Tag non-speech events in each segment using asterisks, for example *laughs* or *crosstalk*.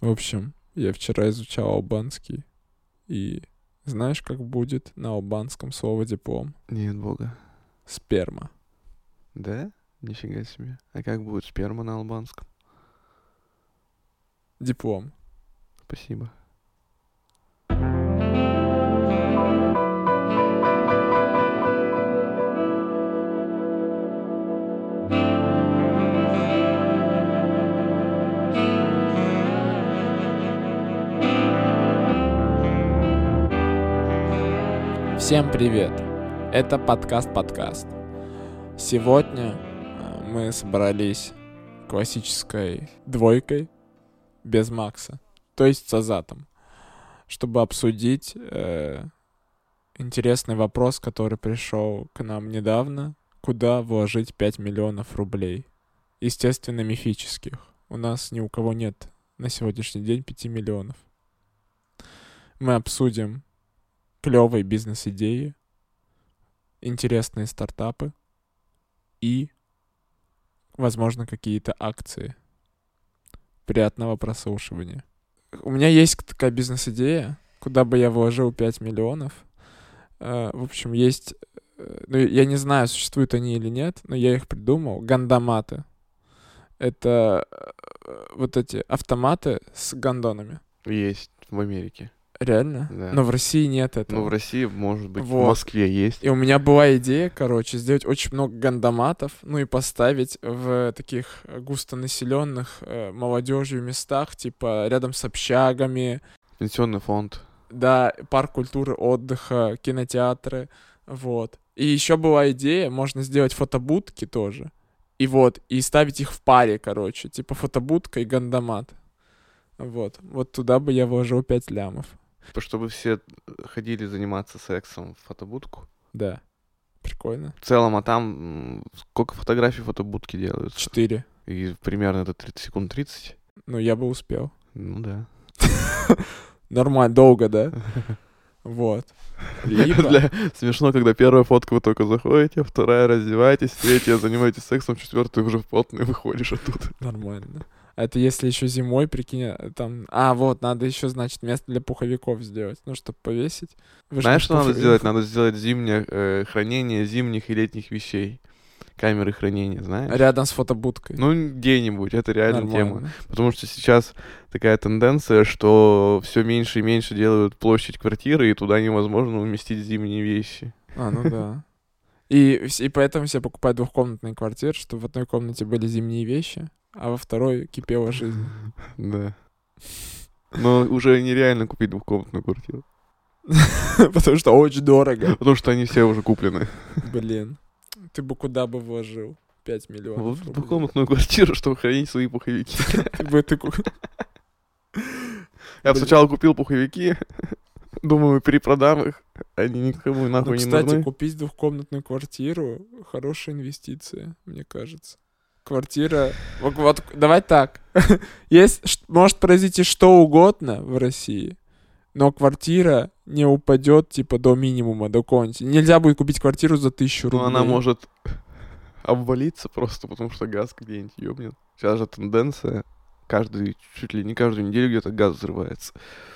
В общем, я вчера изучал албанский. И знаешь, как будет на албанском слово диплом? Нет бога. Сперма. Да? Нифига себе. А как будет сперма на албанском? Диплом. Спасибо. Всем привет! Это подкаст-подкаст. Сегодня э, мы собрались классической двойкой без Макса, то есть с Азатом, чтобы обсудить э, интересный вопрос, который пришел к нам недавно. Куда вложить 5 миллионов рублей? Естественно, мифических. У нас ни у кого нет на сегодняшний день 5 миллионов. Мы обсудим клевые бизнес-идеи, интересные стартапы и, возможно, какие-то акции. Приятного прослушивания. У меня есть к- такая бизнес-идея, куда бы я вложил 5 миллионов. Э, В общем, есть... э, Ну, я не знаю, существуют они или нет, но я их придумал. Гандоматы. Это э, вот эти автоматы с гондонами. Есть в Америке. Реально? Да. Но в России нет этого. Ну, в России, может быть, Вот. в Москве есть. И у меня была идея, короче, сделать очень много гандоматов, ну и поставить в таких густонаселенных э, молодежью местах, типа рядом с общагами, Пенсионный фонд. да, парк культуры отдыха, кинотеатры, вот. И еще была идея, можно сделать фотобудки тоже. И вот, и ставить их в паре, короче, типа фотобудка и гандомат. Вот, вот туда бы я вложил 5 лямов, То, Чтобы все ходили заниматься сексом в фотобудку. да. Прикольно. В целом, а там м, сколько фотографий в фотобудке делаются? 4. И примерно это 30 секунд 30. Ну, я бы успел. Ну *laughs* да. Нормально, долго, *laughs* да? Вот. Либо- Для- Смешно, когда первая фотка вы только заходите, вторая раздеваетесь, третья занимаетесь сексом, четвертая уже в потный выходишь оттуда. Нормально. А Это если еще зимой, прикинь, а, там... А, вот, надо еще, значит, место для пуховиков сделать, ну, чтобы повесить. Вы ж Знаешь, не что надо пухов- сделать? Надо сделать зимнее э, хранение зимних и летних вещей. Камеры хранения, знаешь? Рядом с фотобудкой. Ну, где-нибудь, это реально тема. Нормально. Потому что сейчас такая тенденция, что все меньше и меньше делают площадь квартиры, и туда невозможно уместить зимние вещи. А, ну да. И, вс- и поэтому все покупают двухкомнатные квартиры, чтобы в одной комнате были зимние вещи, а во второй кипела жизнь. *laughs* Да. Но уже нереально купить двухкомнатную квартиру. Потому что очень дорого. Потому что они все уже куплены. Блин. Ты бы куда бы вложил 5 *laughs* Вот миллионов в рублей? двухкомнатную квартиру, чтобы хранить свои пуховики. Ты бы ты ку- Я Блин. сначала купил пуховики, *laughs* думаю, перепродам их. Они никому Ну, нахуй не кстати, нужны. купить двухкомнатную квартиру — хорошая инвестиция, мне кажется. Квартира... Вот, вот давай так. *laughs* Есть, ш- может произойти что угодно в России, но квартира не упадет типа до минимума, до какого-нибудь. Нельзя будет купить квартиру за тысячу Но рублей. Ну, она может обвалиться просто, потому что газ где-нибудь ёбнет. Сейчас же тенденция. Каждый, чуть ли не каждую неделю где-то газ взрывается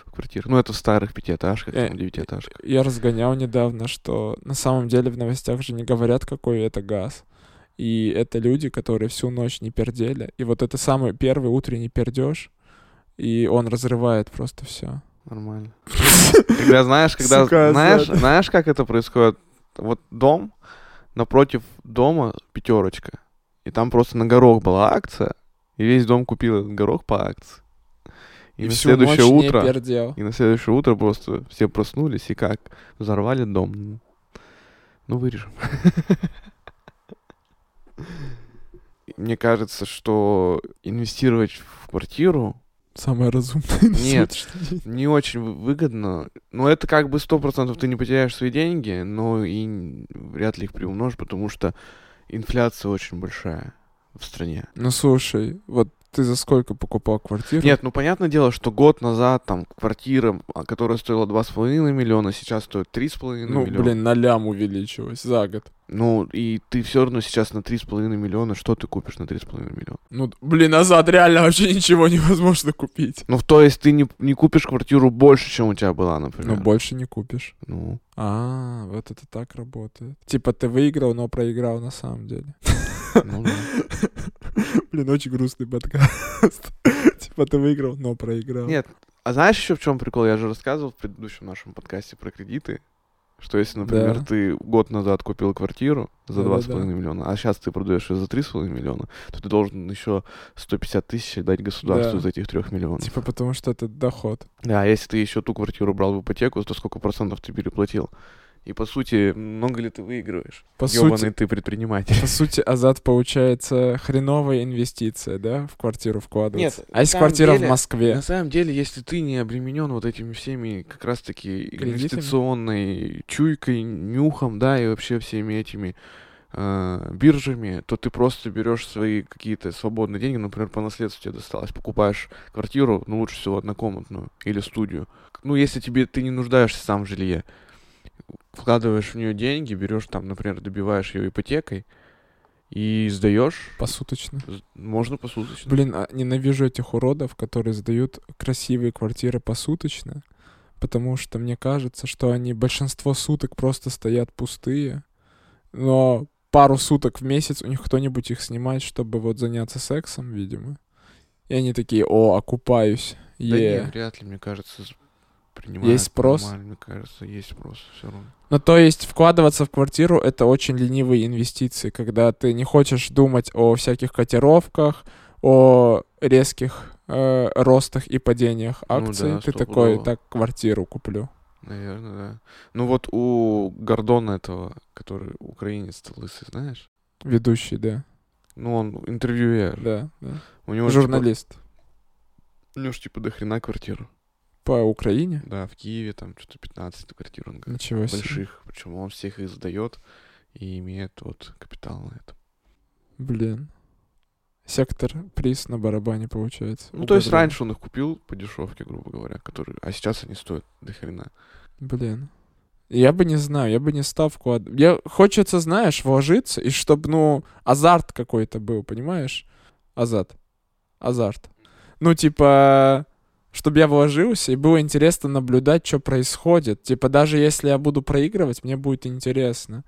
в квартирах. Ну, это в старых пятиэтажках, Э, там, девятиэтажках. Я разгонял недавно, что на самом деле в новостях же не говорят, какой это газ. И это люди, которые всю ночь не пердели. И вот это самый первый утренний пердеж, и он разрывает просто все. Нормально. Когда знаешь, когда э, Сука, знаешь, Азат. знаешь, как это происходит? Вот дом, напротив дома пятерочка. И там просто на горох была акция, и весь дом купил этот горох по акции. И, на всю следующее ночь не утро, пердел. и на следующее утро просто все проснулись и как взорвали дом. Ну вырежем. Мне кажется, что инвестировать в квартиру Самое разумное. на Нет. сегодняшний день. не очень вы- выгодно. Но это как бы сто процентов ты не потеряешь свои деньги, но и н- вряд ли их приумножишь, потому что инфляция очень большая в стране. Ну слушай, вот Ты за сколько покупал квартиру? Нет, ну понятное дело, что год назад там квартира, а, которая стоила 2,5 миллиона, сейчас стоит 3,5 Ну, миллиона. блин, на лям увеличилось за год. Ну, и ты все равно сейчас на 3,5 миллиона, что ты купишь на 3,5 миллиона? Ну, блин, назад реально вообще ничего невозможно купить. Ну, то есть ты не, не купишь квартиру больше, чем у тебя была, например. Ну, больше не купишь. Ну. А, вот это так работает. Типа ты выиграл, но проиграл на самом деле. *laughs* ну да. Блин, очень грустный подкаст. *laughs* Типа ты выиграл, но проиграл. Нет, а знаешь еще в чем прикол? Я же рассказывал в предыдущем нашем подкасте про кредиты, что если, например, Да. ты год назад купил квартиру за Да-да-да. 2,5 миллиона, а сейчас ты продаешь ее за 3,5 миллиона, то ты должен еще 150 тысяч дать государству Да. за этих 3 миллионов. Типа потому что это доход. Да, а если ты еще ту квартиру брал в ипотеку, то сколько процентов ты переплатил? И по сути, много ли ты выигрываешь? По Ёбаный сути, ты предприниматель. по сути, Азат получается хреновая инвестиция, да, в квартиру вкладывается. Нет, на а если самом квартира деле- в Москве? На самом деле, если ты не обременен вот этими всеми как раз-таки Кредитами? инвестиционной чуйкой, нюхом, да, и вообще всеми этими э, биржами, то ты просто берешь свои какие-то свободные деньги, например, по наследству тебе досталось, покупаешь квартиру, ну лучше всего однокомнатную или студию. Ну, если тебе ты не нуждаешься сам в жилье, вкладываешь в нее деньги, берешь там, например, добиваешь ее ипотекой и сдаешь, Посуточно. З- можно посуточно. Блин, а ненавижу этих уродов, которые сдают красивые квартиры посуточно, потому что мне кажется, что они большинство суток просто стоят пустые, но пару суток в месяц у них кто-нибудь их снимает, чтобы вот заняться сексом, видимо. И они такие, о, окупаюсь, Да е». не, вряд ли, мне кажется, с- принимают. Есть спрос? нормально, мне кажется, есть спрос все равно. Ну, то есть вкладываться в квартиру — это очень ленивые инвестиции, когда ты не хочешь думать о всяких котировках, о резких э, ростах и падениях Ну акций. да, ты такой, стопудово. так, квартиру куплю. Наверное, да. Ну вот у Гордона этого, который украинец лысый, знаешь? Ведущий, да. Ну он интервьюер. Да, да. У него ж, Журналист. Типа, у него ж, типа до хрена квартир. По Украине? Да, в Киеве там что-то 15 квартир он говорит. Ничего себе. Больших. Причем он всех их сдает и имеет вот капитал на это. Блин. Сектор приз на барабане получается. Ну, то есть Угадал. раньше он их купил по дешевке, грубо говоря, которые... А сейчас они стоят до хрена. Блин. Я бы не знаю, я бы не стал вкладывать. Я хочется, знаешь, вложиться, и чтобы, ну, азарт какой-то был, понимаешь? Азарт. Азарт. Ну, типа, чтобы я вложился, и было интересно наблюдать, что происходит. Типа, даже если я буду проигрывать, мне будет интересно.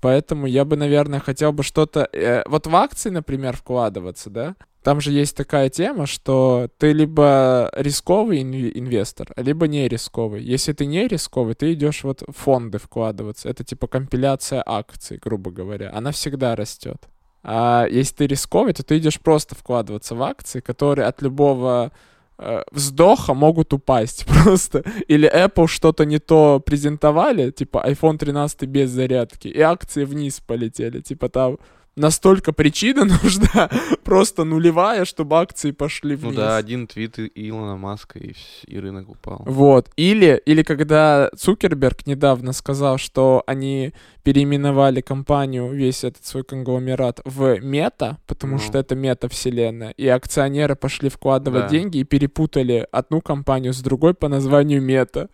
Поэтому я бы, наверное, хотел бы что-то... э, вот в акции, например, вкладываться, да? Там же есть такая тема, что ты либо рисковый инв- инвестор, либо не рисковый. Если ты не рисковый, ты идешь вот в фонды вкладываться. Это типа компиляция акций, грубо говоря. Она всегда растет. А если ты рисковый, то ты идешь просто вкладываться в акции, которые от любого э, вздоха могут упасть *laughs* просто. Или Apple что-то не то презентовали, типа iPhone 13 без зарядки, и акции вниз полетели. Типа там настолько причина *laughs* нужна, просто нулевая, чтобы акции пошли вниз. Ну да, один твит И- Илона Маска и, вс- и рынок упал. Вот. Или, или когда Цукерберг недавно сказал, что они переименовали компанию, весь этот свой конгломерат в мета, потому Ну. что это мета-вселенная, и акционеры пошли вкладывать Да. деньги и перепутали одну компанию с другой по названию мета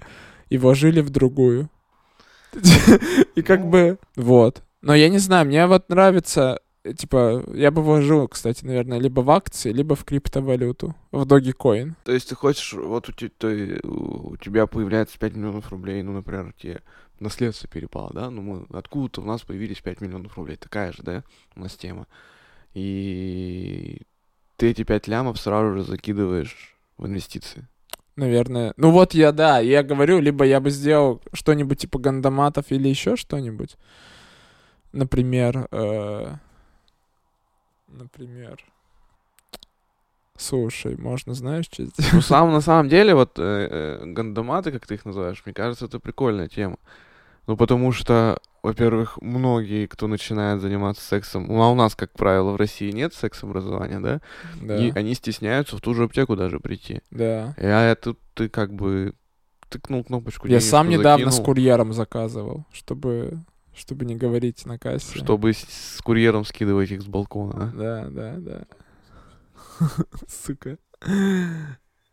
и вложили в другую. *laughs* И как Ну. бы... Вот. Но я не знаю, мне вот нравится... э, Типа, я бы вложил, кстати, наверное, либо в акции, либо в криптовалюту, в Dogecoin. То есть ты хочешь, вот у, те- то и- у тебя появляется 5 миллионов рублей, ну, например, тебе наследство перепало, да? Ну, мы откуда-то у нас появились 5 миллионов рублей, такая же, да, у нас тема. И ты эти 5 лямов сразу же закидываешь в инвестиции. Наверное. Ну вот я, да, я говорю, либо я бы сделал что-нибудь типа гандоматов или еще что-нибудь. Например, э, например. Слушай, можно, знаешь, что *laughs* сделать? Ну, сам, на самом деле, вот э, э, гандоматы, как ты их называешь, мне кажется, это прикольная тема. Ну, потому что, во-первых, многие, кто начинает заниматься сексом, ну, а у нас, как правило, в России нет секс-образования, да? Да, И они стесняются в ту же аптеку даже прийти. да. а Я тут ты как бы тыкнул кнопочку. Я денежку сам недавно с закинул, курьером заказывал, чтобы, чтобы не говорить на кассе. Типа, Чтобы с, с курьером скидывать их с балкона. а. Да, да, да. *laughs* Сука.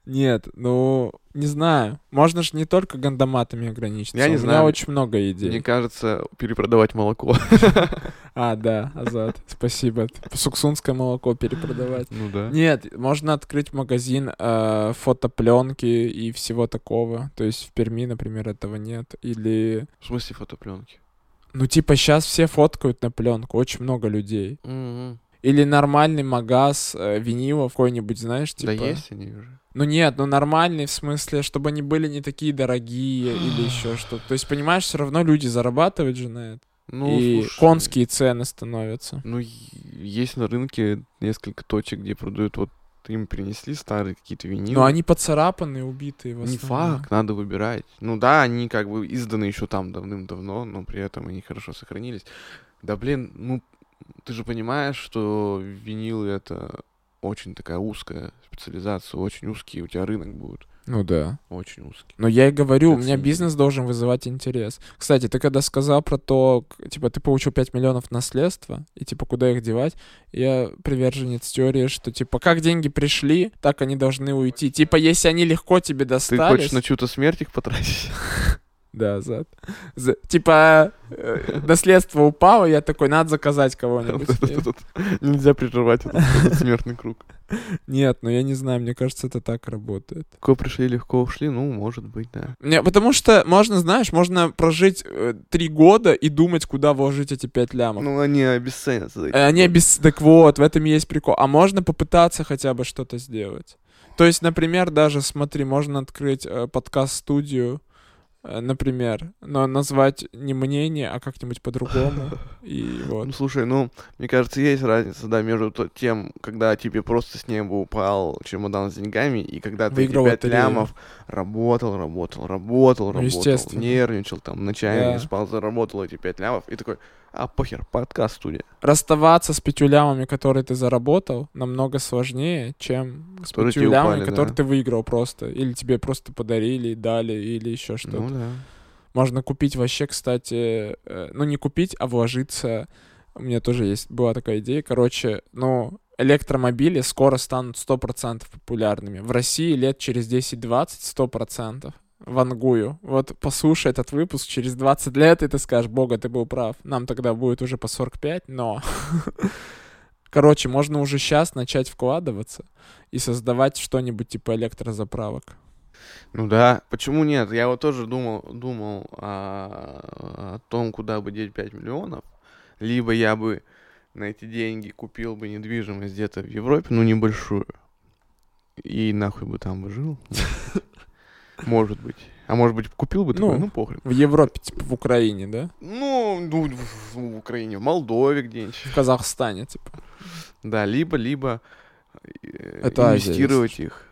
Нет, ну, не знаю. Можно же не только гандоматами ограничиться. Я не У меня знаю. очень много идей. Мне кажется, перепродавать молоко. А, да, *laughs* Азат, спасибо. Суксунское молоко *laughs* перепродавать. Ну да. Нет, можно открыть магазин э, фотопленки и всего такого. То есть в Перми, например, этого нет. Или, В смысле фотопленки? ну типа сейчас все фоткают на пленку, очень много людей. М-м. Или нормальный магаз э, винила какой-нибудь, знаешь, типа. Да есть они уже. Ну нет, ну нормальный в смысле, чтобы они были не такие *gasps* дорогие или еще что-то. То есть понимаешь, все равно люди зарабатывают же на это. Ну, и слушай, конские цены становятся. Ну, е- есть на рынке несколько точек, где продают вот им принесли старые какие-то винилы. Но они поцарапанные, убитые в Не основном. факт, надо выбирать. Ну да, они как бы изданы еще там давным-давно, но при этом они хорошо сохранились. Да блин, ну ты же понимаешь, что винилы это очень такая узкая специализация, очень узкие у тебя рынок будет, Ну да. очень узкий. Но я и говорю, у Это меня всё. бизнес должен вызывать интерес. Кстати, ты когда сказал про то, к- типа, ты получил 5 миллионов наследства, и типа, куда их девать, я приверженец теории, что типа, как деньги пришли, так они должны уйти. Типа, если они легко тебе Ты достались... хочешь на чью-то смерть их *laughs* потратить? *laughs* Да, зад. За- Типа, э, наследство упало, я такой, надо заказать кого-нибудь. Вот это тут Нельзя прерывать этот этот смертный круг. Нет, ну я не знаю, мне кажется, это так работает. Легко пришли, легко ушли, ну, может быть, да. Не, потому что можно, знаешь, можно прожить э, три года и думать, куда вложить эти пять лямов. Ну, они обесценятся. за эти Э, Они годы. без... Так вот, в этом и есть прикол. А можно попытаться хотя бы что-то сделать. То есть, например, даже, смотри, можно открыть э, подкаст-студию, э, например, но назвать не мнение, а как-нибудь *laughs* по-другому. И вот. Ну, слушай, ну, мне кажется, есть разница, да, между то- тем, когда тебе просто с неба упал чемодан с деньгами, и когда ты Выиграл эти пять лотерею. лямов работал, работал, работал, Ну, работал, естественно. нервничал, там, ночами не Да. спал, заработал эти пять лямов, и такой, а, похер, подкаст-студия, Расставаться с пятью лямами, которые ты заработал, намного сложнее, чем с Которые пятью тебе лямами, упали, которые да. ты выиграл просто. Или тебе просто подарили, дали, или еще что-то. ну, да. Можно купить вообще, кстати, э, ну не купить, а вложиться. У меня тоже есть была такая идея. Короче, ну, электромобили скоро станут 100% популярными. В России лет через 10-20 100%. Вангую. Вот послушай этот выпуск через 20 лет, и ты скажешь, бога, ты был прав. Нам тогда будет уже по 45, но... *laughs* Короче, можно уже сейчас начать вкладываться и создавать что-нибудь типа электрозаправок. Ну да, почему нет? Я вот тоже думал, думал а, о том, куда бы деть 5 миллионов. Либо я бы на эти деньги купил бы недвижимость где-то в Европе, ну небольшую. И нахуй бы там бы *laughs* жил. Может быть. А может быть, купил бы такой, Ну. ну похрен. В Европе, типа в Украине, да? Ну, ну, в, в Украине, в Молдове где-нибудь. В Казахстане, типа. Да, либо, либо э, Это Азия, если инвестировать их.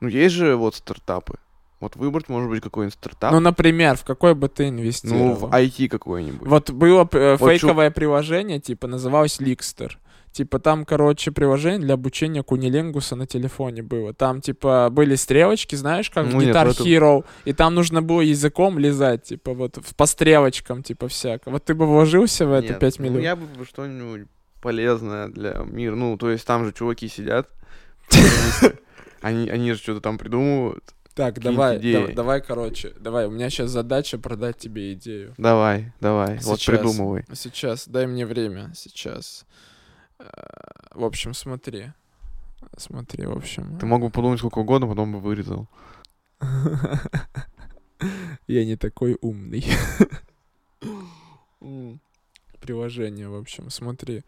Ну, есть же вот стартапы. Вот выбрать, может быть, какой-нибудь стартап. Ну, например, в какой бы ты Ну, инвестировал? в IT какой-нибудь. Вот было э, Вот фейковое приложение, типа, называлось Ликстер. Типа там, короче, приложение для обучения кунилингуса на телефоне было. Там, типа, были стрелочки, знаешь, как в Ну, нет, Guitar это- Hero. И там нужно было языком лизать, типа, вот в- по стрелочкам, типа, всяко. Вот ты бы вложился в это Нет, 5 ну, миллионов? я бы что-нибудь полезное для мира. Ну, то есть там же чуваки сидят. *laughs* Они, они же что-то там придумывают. Так, Какие-нибудь давай, идеи. да- давай, короче, давай. У меня сейчас задача продать тебе идею. Давай, давай, вот Сейчас. придумывай. Сейчас, дай мне время. Сейчас. Э, В общем, смотри. Смотри, в общем. Ты мог бы подумать сколько угодно, потом бы вырезал. *laughs* Я не такой умный. М. Приложение, в общем, смотри.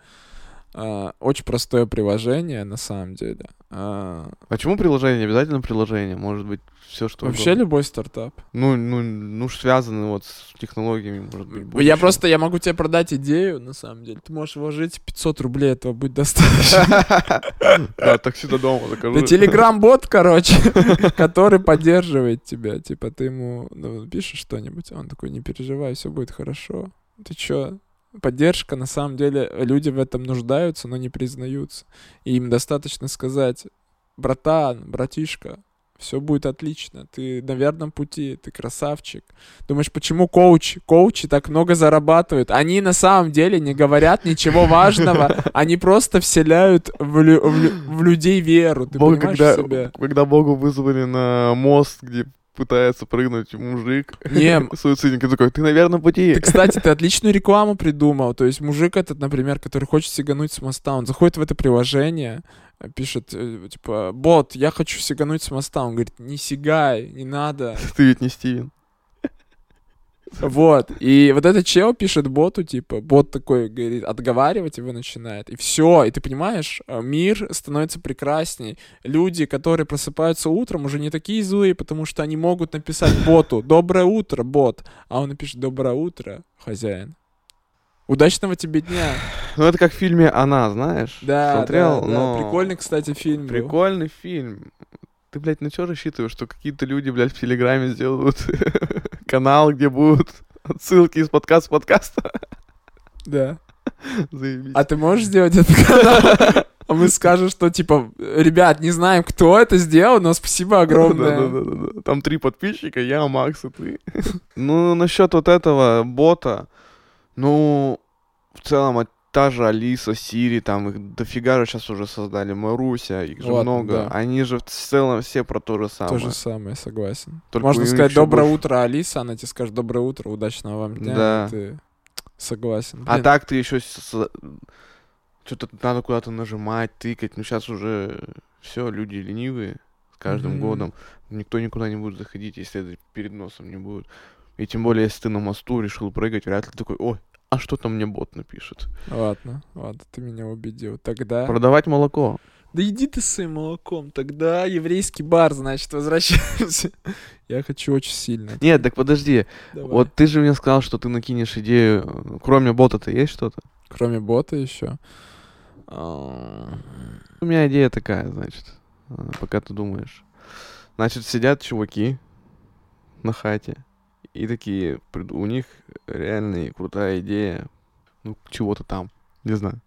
А, Очень простое приложение, на самом деле. А, Почему приложение? Не Обязательно приложение. Может быть, все что Вообще угодно. любой стартап. Ну, ну, ну ж связано вот с технологиями, может быть. Я будущего. просто, я могу тебе продать идею, на самом деле. Ты можешь вложить 500 рублей, этого будет достаточно. *laughs* Да, такси до дома закажу. Да телеграм-бот, короче, *laughs* который поддерживает тебя. Типа ты ему ну, пишешь что-нибудь, а он такой, не переживай, все будет хорошо. Ты чё? Поддержка, на самом деле, люди в этом нуждаются, но не признаются. И им достаточно сказать, братан, братишка, все будет отлично, ты на верном пути, ты красавчик. Думаешь, почему коучи, коучи так много зарабатывают? Они на самом деле не говорят ничего *laughs* важного, они просто вселяют в, лю- в лю- в людей веру, ты Бог, понимаешь когда, *laughs* себя? когда Богу вызвали на мост, где пытается прыгнуть мужик, *laughs* Не, суицидник, и такой, ты, наверное, пути. Ты, кстати, ты отличную рекламу придумал. То есть мужик этот, например, который хочет сигануть с моста, он заходит в это приложение, э, пишет, э, типа, бот, я хочу сигануть с моста. Он говорит, не сигай, не надо. *laughs* Ты ведь не Стивен. Вот. И вот этот чел пишет боту, типа, бот такой говорит, отговаривать его начинает. И все. И ты понимаешь, э, мир становится прекрасней. Люди, которые просыпаются утром, уже не такие злые, потому что они могут *laughs* написать боту «Доброе утро, бот», а он напишет «Доброе утро, хозяин». Удачного тебе *laughs* дня. Ну, это как в фильме «Она», знаешь? Да, Смотрел, да, да. но... Прикольный, кстати, фильм. был. Прикольный фильм. Ты, блядь, на что рассчитываешь, что какие-то люди, блядь, в Телеграме сделают *laughs* канал, где будут отсылки из подкаста в подкаст? *laughs* Да. Заебись. А ты можешь сделать этот *laughs* канал? А мы скажем, что, типа, ребят, не знаем, кто это сделал, но спасибо огромное. Да-да-да-да. Там три подписчика, я, Макс и ты. *laughs* Ну, насчет вот этого бота, ну, в целом, а та же Алиса, Сири, там их дофига же сейчас уже создали, Маруся, их же Вот, много. да. Они же в целом все про то же То самое. же самое, согласен. Только у Можно них сказать ещё «Доброе больше- утро, Алиса», она тебе скажет «Доброе утро, удачного вам дня». и Да. ты согласен. А Блин, так ты еще что-то надо куда-то нажимать, тыкать. Ну сейчас уже все, люди ленивые с каждым Мгм. годом. Никто никуда не будет заходить, если это перед носом не будет. И тем более, если ты на мосту решил прыгать, вряд ли такой, ой, а что там мне бот напишет? Ладно, ладно, ты меня убедил. Тогда... Продавать молоко. Да иди ты с своим молоком, тогда еврейский бар, значит, возвращаемся. *laughs* Я хочу очень сильно. Нет, так подожди. Давай. Вот ты же мне сказал, что ты накинешь идею. Кроме бота-то есть что-то? Кроме бота еще. А, У меня идея такая, значит, э, пока ты думаешь. Значит, сидят чуваки на хате, и такие, прид- у них реально и крутая идея, ну, чего-то там, не знаю.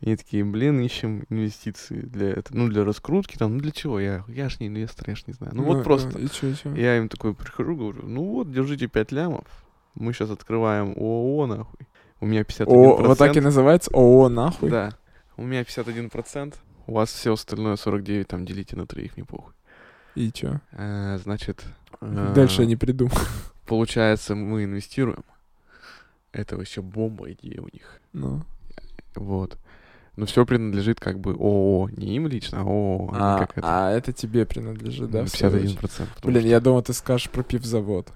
И они такие, блин, ищем инвестиции для этого, ну, для раскрутки там, ну, для чего? Я, я ж не инвестор, я ж не знаю. Ну, вот просто. И чё, и чё? Я им такой прихожу, говорю, ну, вот, держите 5 лямов, мы сейчас открываем ООО, нахуй. У меня 51%. О, вот так и называется ООО нахуй. Да. У меня 51%. У вас все остальное 49, там делите на троих, не похуй. И чё? Э, Значит... э, Дальше я не придумал. Получается, мы инвестируем. Это вообще бомба идея у них. Ну. Вот. Но все принадлежит как бы ООО. Не им лично, а ООО. они А, как это, а это тебе принадлежит, да? м, в свою 51%. очередь? потому Блин, что- я думал, ты скажешь про пивзавод.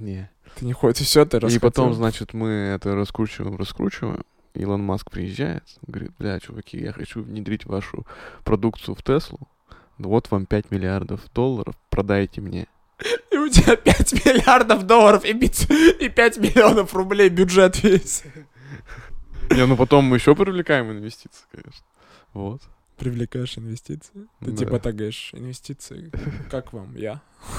Не. Ты не ходишь, и все, ты И потом, раскатил. значит, мы это раскручиваем, раскручиваем. Илон Маск приезжает, он говорит, бля, чуваки, я хочу внедрить вашу продукцию в Теслу. Ну вот вам 5 миллиардов долларов, продайте мне. И у тебя *laughs* 5 миллиардов долларов и, бит- и 5 миллионов рублей бюджет весь. Не, ну потом мы еще привлекаем инвестиции, конечно. Вот. Привлекаешь инвестиции? Ты Да. типа тагаешь инвестиции. Как вам? Я. *laughs*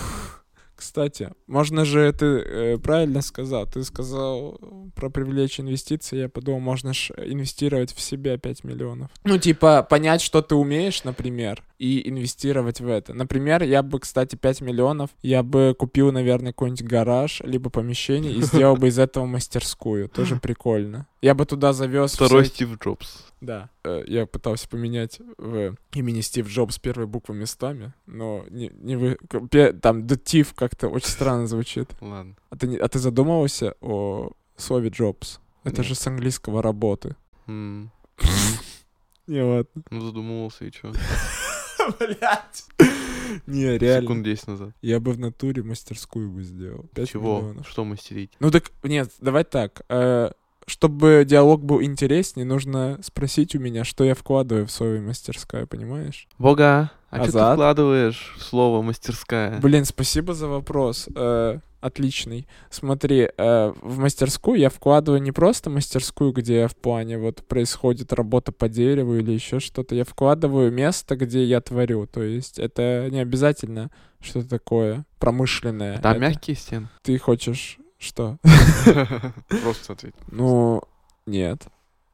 Кстати, можно же, ты э, правильно сказал, ты сказал про привлечь инвестиции, я подумал, можно ж инвестировать в себя 5 миллионов. Ну, типа, понять, что ты умеешь, например, и инвестировать в это. Например, я бы, кстати, 5 миллионов, я бы купил, наверное, какой-нибудь гараж, либо помещение, и сделал бы из этого мастерскую, тоже прикольно. Я бы туда завез... *laughs* Второй всякие- Стив Джобс. да, э, я пытался поменять в имени Стив Джобс первые буквы местами, но не, не вы... к- пе- Там детив как-то очень странно звучит. Ладно. А ты, не- а ты задумывался о слове Джобс? Это Нет. же с английского работы. М, Не, *laughs* ладно. Ну задумывался и что? Блять. Не, реально. Секунд 10 назад. Я бы в натуре мастерскую бы сделал. Пять Чего? миллионов. Что мастерить? Ну так, нет, давай так. э, Чтобы диалог был интереснее, нужно спросить у меня, что я вкладываю в свою мастерскую, понимаешь? Бога, а что ты Азат? вкладываешь в слово мастерская? Блин, спасибо за вопрос. Э, отличный. Смотри, э, в мастерскую я вкладываю не просто мастерскую, где в плане вот происходит работа по дереву или еще что-то. Я вкладываю место, где я творю. То есть это не обязательно что-то такое промышленное. Там Это мягкие *laughs* стены. Ты хочешь что? Просто ответь. Ну, нет.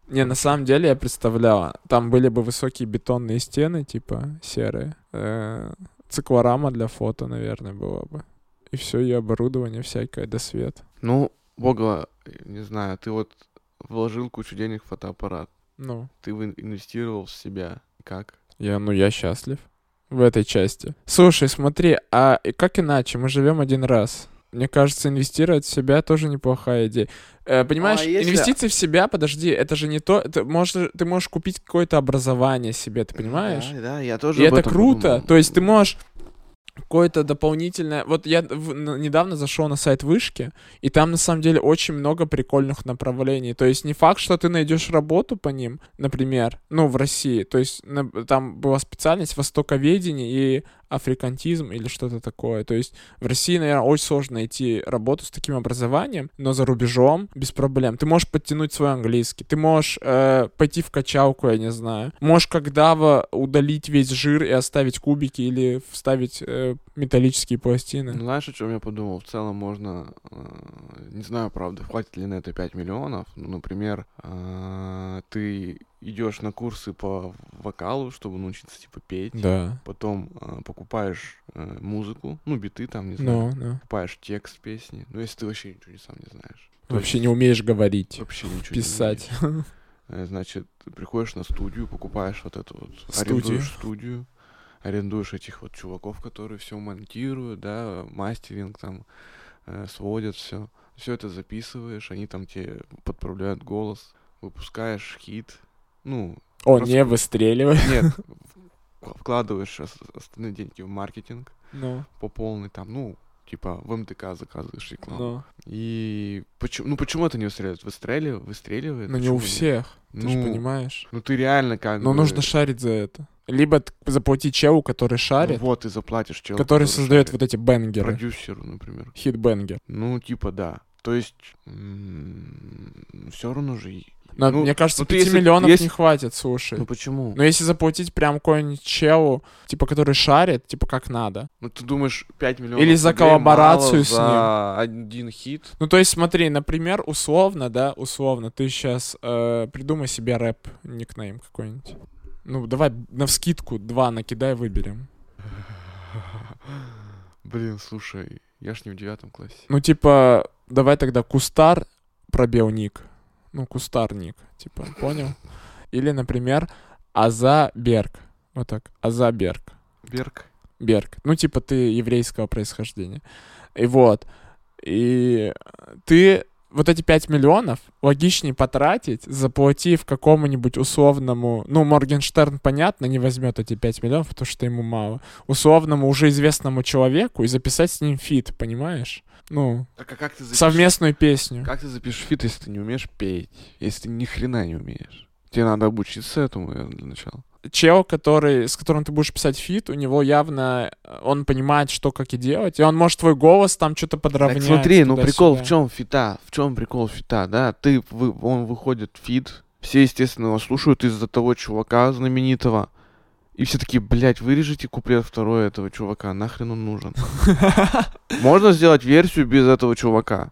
Не, на самом деле я представляла. Там были бы высокие бетонные стены, типа серые. э, циклорама для фото, наверное, была бы. И все, и оборудование всякое, да свет. Ну, бога, не знаю, ты вот вложил кучу денег в фотоаппарат. Ну, Ты в- инвестировал в себя. Как? я, ну, я счастлив в этой части. Слушай, смотри, а и как иначе? Мы живем один раз. Мне кажется, инвестировать в себя тоже неплохая идея. Э, понимаешь, А если- инвестиции в себя, подожди, это же не то. Ты можешь, ты можешь купить какое-то образование себе, ты понимаешь? Да, да, я тоже И об это этом круто. подумал. То есть ты можешь какое-то дополнительное... Вот я в- н- недавно зашел на сайт Вышки, и там на самом деле очень много прикольных направлений. То есть не факт, что ты найдешь работу по ним, например, ну, в России. То есть на- там была специальность востоковедение и африкантизм или что-то такое. То есть в России, наверное, очень сложно найти работу с таким образованием, но за рубежом без проблем. Ты можешь подтянуть свой английский, ты можешь э, пойти в качалку, я не знаю. Можешь когда-то удалить весь жир и оставить кубики или вставить э, металлические Ну, пластины. Знаешь, о чем я подумал? В целом можно, э, не знаю, правда, хватит ли на это 5 миллионов. Ну, например, э, ты идешь на курсы по вокалу, чтобы научиться типа петь. Да. Потом э, покупаешь э, музыку, ну, биты там, не знаю. Ну, ну. Покупаешь текст песни. Ну, если ты вообще ничего не сам не знаешь. То Вообще есть не умеешь говорить, Ну, вообще ничего не Типа писать. Э, Значит, ты приходишь на студию, покупаешь вот эту вот, Студию. арендуешь студию, арендуешь этих вот чуваков, которые все монтируют, да, мастеринг там э, сводят все. Все это записываешь, они там тебе подправляют голос, выпускаешь хит. Ну, О, Просто- не выстреливай. нет, в- вкладываешь ос- остальные деньги в маркетинг Ну, по полной там, ну, типа в МТК заказываешь рекламу. ну. И почему, ну почему это не выстреливает? Выстреливает, выстреливает. Но Ну, не почему у всех, ты же Ну, понимаешь. Ну ты реально как Но бы- нужно шарить за это. Либо т- заплати челу, который шарит, Ну вот, ты заплатишь человеку. который создает шарит. вот эти бенгеры. Продюсеру, например. Хит-бенгер. Ну, типа, да. То есть, все равно же... и- Но Ну, мне кажется, вот 5 если- миллионов если- не хватит, слушай. Ну, почему? Но если заплатить прям какой-нибудь челу, типа, который шарит, типа, как надо. Ну, ты думаешь, 5 миллионов Или за рублей мало коллаборацию с за один хит? Ну, то есть, смотри, например, условно, да, условно, ты сейчас придумай себе рэп, никнейм какой-нибудь. Ну, давай навскидку два накидай, выберем. Блин, слушай, я ж не в девятом классе. Ну, типа, давай тогда кустар пробел ник. Ну, кустар ник, типа, понял? Или, например, Аза Берг. Вот так, Аза Берг. Берг. Берг. Ну, типа, ты еврейского происхождения. И вот. И ты вот эти 5 миллионов логичнее потратить, заплатив какому-нибудь условному... Ну, Моргенштерн, понятно, не возьмет эти 5 миллионов, потому что ему мало. Условному, уже известному человеку и записать с ним фит, понимаешь? Ну, Так а как ты запишешь... совместную песню. Как ты запишешь фит, если ты не умеешь петь? Если ты ни хрена не умеешь? Тебе надо обучиться этому наверное, для начала. чел, который, с которым ты будешь писать фит, у него явно э, он понимает, что как и делать, и он может твой голос там что-то подровнять. Так смотри, ну прикол в туда-сюда. чем фита, в чем прикол фита, да? Ты вы- он выходит фит, все естественно его слушают из-за того чувака знаменитого. И все такие, блядь, вырежите куплет второй этого чувака, нахрен он *laughs* нужен. Можно сделать версию без этого чувака,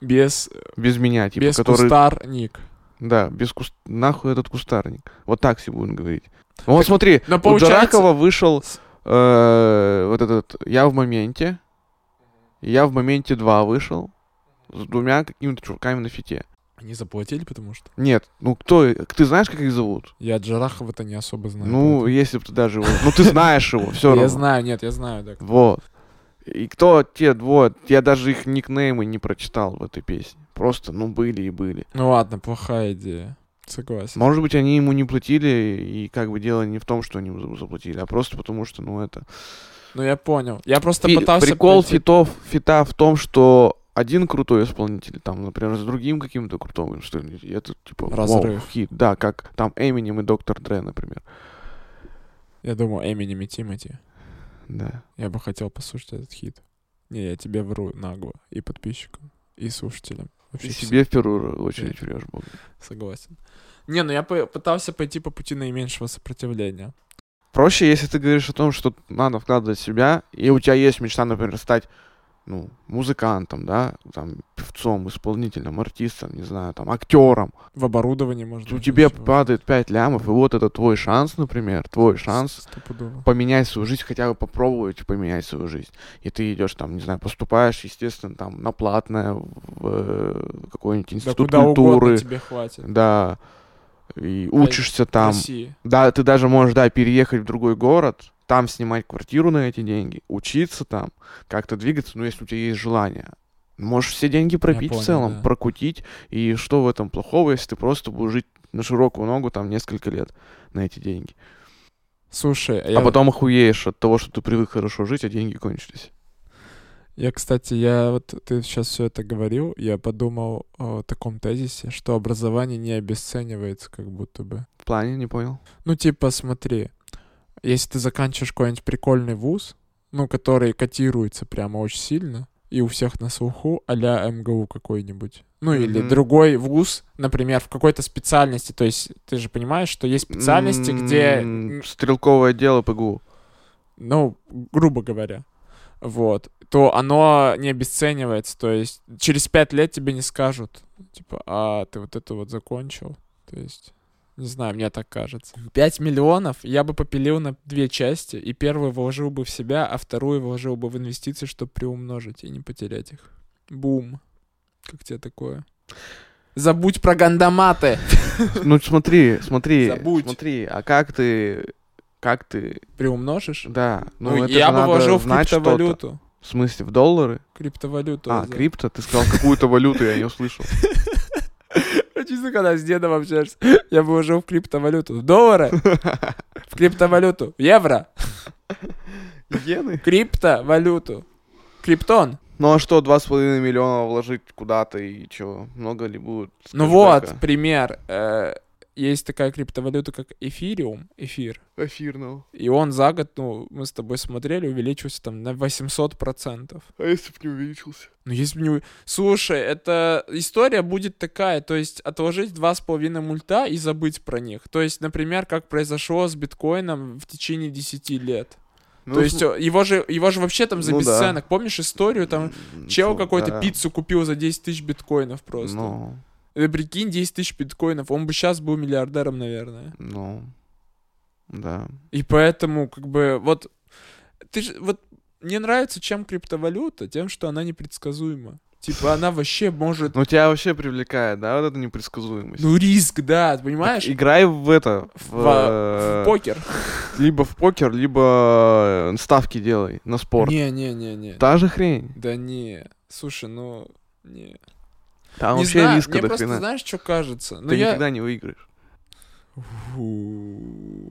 Без, без меня, типа, без который... кустар ник. Да, без куст... Нахуй этот кустарник. Вот так все будем говорить. Ну Вот Так, смотри, но у получается- Джаракова вышел э, вот этот «Я в моменте», «Я в моменте 2» вышел с двумя какими-то чуваками на фите. Они заплатили, потому что Нет, ну кто, ты знаешь, как их зовут? я Джарахова-то не особо знаю. ну, поэтому- если бы ты даже его, ну ты знаешь его, все *laughs* равно. я знаю, нет, я знаю, да. Вот. И кто те двое? Я даже их никнеймы не прочитал в этой песне. Просто, ну, были и были. Ну ладно, плохая идея. Согласен. Может быть, они ему не платили, и как бы дело не в том, что они ему за- заплатили, а просто потому, что, ну, это... Ну я понял. Я просто Фи- пытался... прикол пойти- фитов, фита в том, что один крутой исполнитель, там, например, с другим каким-то крутым, что ли, и это типа вау, Разрыв. хит. Да, как там Эминем и Доктор Дре, например. Я думаю, Эминем и Тимати. Да. Я бы хотел послушать этот хит. Не, я тебе вру нагло. И подписчикам, и слушателям. Вообще И всем. себе в первую очередь врешь, Бог. Согласен. Не, ну я по- пытался пойти по пути наименьшего сопротивления. Проще, если ты говоришь о том, что надо вкладывать в себя, и у тебя есть мечта, например, стать ну, музыкантом, да, там, певцом, исполнителем, артистом, не знаю, там, актером, В оборудовании можно. у тебя Ну, падает 5 лямов, и вот это твой шанс, например, твой шанс Стопудово. поменять свою жизнь, хотя бы попробовать поменять свою жизнь. И ты идешь там, не знаю, поступаешь, естественно, там на платное, в э, какой-нибудь Да институт куда угодно культуры, тебе хватит. да, и учишься В там. России. Да, ты даже можешь, да, переехать в другой город, там снимать квартиру на эти деньги, учиться там, как-то двигаться, ну, если у тебя есть желание. Можешь все деньги пропить понял, в целом, да. прокутить, и что в этом плохого, если ты просто будешь жить на широкую ногу там несколько лет на эти деньги. Слушай, а А я, потом охуеешь от того, что ты привык хорошо жить, а деньги кончились. я, кстати, я вот ты сейчас все это говорил, я подумал о таком тезисе, что образование не обесценивается, как будто бы. В плане, не понял. Ну, типа, смотри, если ты заканчиваешь какой-нибудь прикольный вуз, ну, который котируется прямо очень сильно, и у всех на слуху а-ля МГУ какой-нибудь. Ну, или Мгм. другой вуз, например, в какой-то специальности. То есть, ты же понимаешь, что есть специальности, где, М, м, Стрелковое дело ПГУ. ну, грубо говоря, вот, то оно не обесценивается. То есть, через пять лет тебе не скажут, типа, а ты вот это вот закончил. То есть... Не знаю, мне так кажется. 5 миллионов я бы попилил на две части, и первую вложил бы в себя, а вторую вложил бы в инвестиции, чтобы приумножить и не потерять их. Бум. Как тебе такое? Забудь про гандаматы. Ну смотри, смотри, Забудь. смотри, а как ты, как ты, Приумножишь? да, Ну, это я же бы надо вложил в знать что-то. криптовалюту. В смысле, в доллары? Криптовалюту. А, за- крипто? Ты сказал какую-то валюту, я *laughs* не услышал. Чисто когда с дедом общаешься, я бы уже в криптовалюту. В доллары, в криптовалюту, в евро, Гены? криптовалюту. Криптон. Ну а что, 2,5 миллиона вложить куда-то и чего? Много ли будет? Ну кэшбэка? вот, пример. Э, Есть такая криптовалюта, как эфириум, эфир. Эфирного. И он за год, ну, мы с тобой смотрели, увеличился там на 800%. А если бы не увеличился? Ну, если бы не... у- Слушай, это история будет такая, то есть отложить 2,5 мульта и забыть про них. То есть, например, как произошло с биткоином в течение 10 лет. Ну, То есть э, его же, его же вообще там за Ну да. бесценок. Помнишь историю? Там м, чел ну, какой-то да. пиццу купил за 10 тысяч биткоинов просто. Ну, Э, прикинь, 10 тысяч биткоинов. Он бы сейчас был миллиардером, наверное. ну, да. И поэтому, как бы, вот... Ты же, вот мне нравится, чем криптовалюта, тем, что она непредсказуема. Типа она вообще может... Ну тебя вообще привлекает, да, вот эта непредсказуемость? Ну, риск, да, Так понимаешь? Играй в это, в, Во- э, в покер. либо в покер, либо э, ставки делай на спорт. Не-не-не-не. Та же хрень. Да не. Слушай, ну... Не. Там не А вообще знаю, риска мне до просто хрена. знаешь, что кажется? Ну, Ты я... никогда не выиграешь. Фу.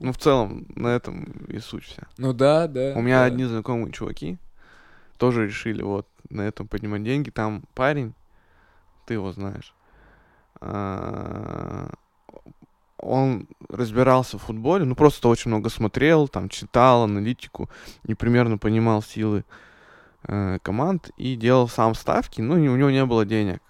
Ну, в целом, на этом и суть вся. Ну да, да. У меня да. одни знакомые чуваки тоже решили вот на этом поднимать деньги. Там парень, ты его знаешь, а, он разбирался в футболе, ну просто очень много смотрел, там читал аналитику и примерно понимал силы э, команд и делал сам ставки, но не- у него не было денег.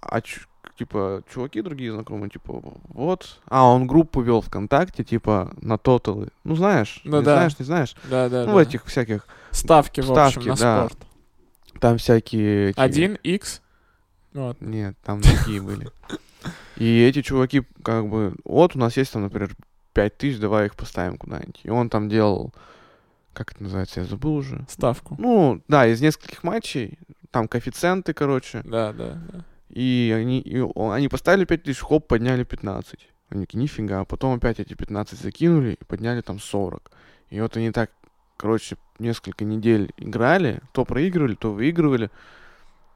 А чу- типа чуваки другие знакомые, типа вот, а он группу вел ВКонтакте, типа на тоталы, ну знаешь, Ну не да. знаешь, не знаешь. Да, да, Ну, да. этих всяких. Ставки, в общем, ставки, на да. спорт. Там всякие... эти- 1x. Вот. Нет, там другие были. И эти чуваки как бы... Вот у нас есть там, например, пять тысяч, давай их поставим куда-нибудь. И он там делал... Как это называется? Я забыл уже. Ставку. Ну, да, из нескольких матчей. Там коэффициенты, короче. Да, да, да. И они, и он- они поставили пять тысяч, хоп, подняли 15. Они такие, нифига. Потом опять эти 15 закинули и подняли там 40. И вот они так, короче, несколько недель играли. То проигрывали, то выигрывали.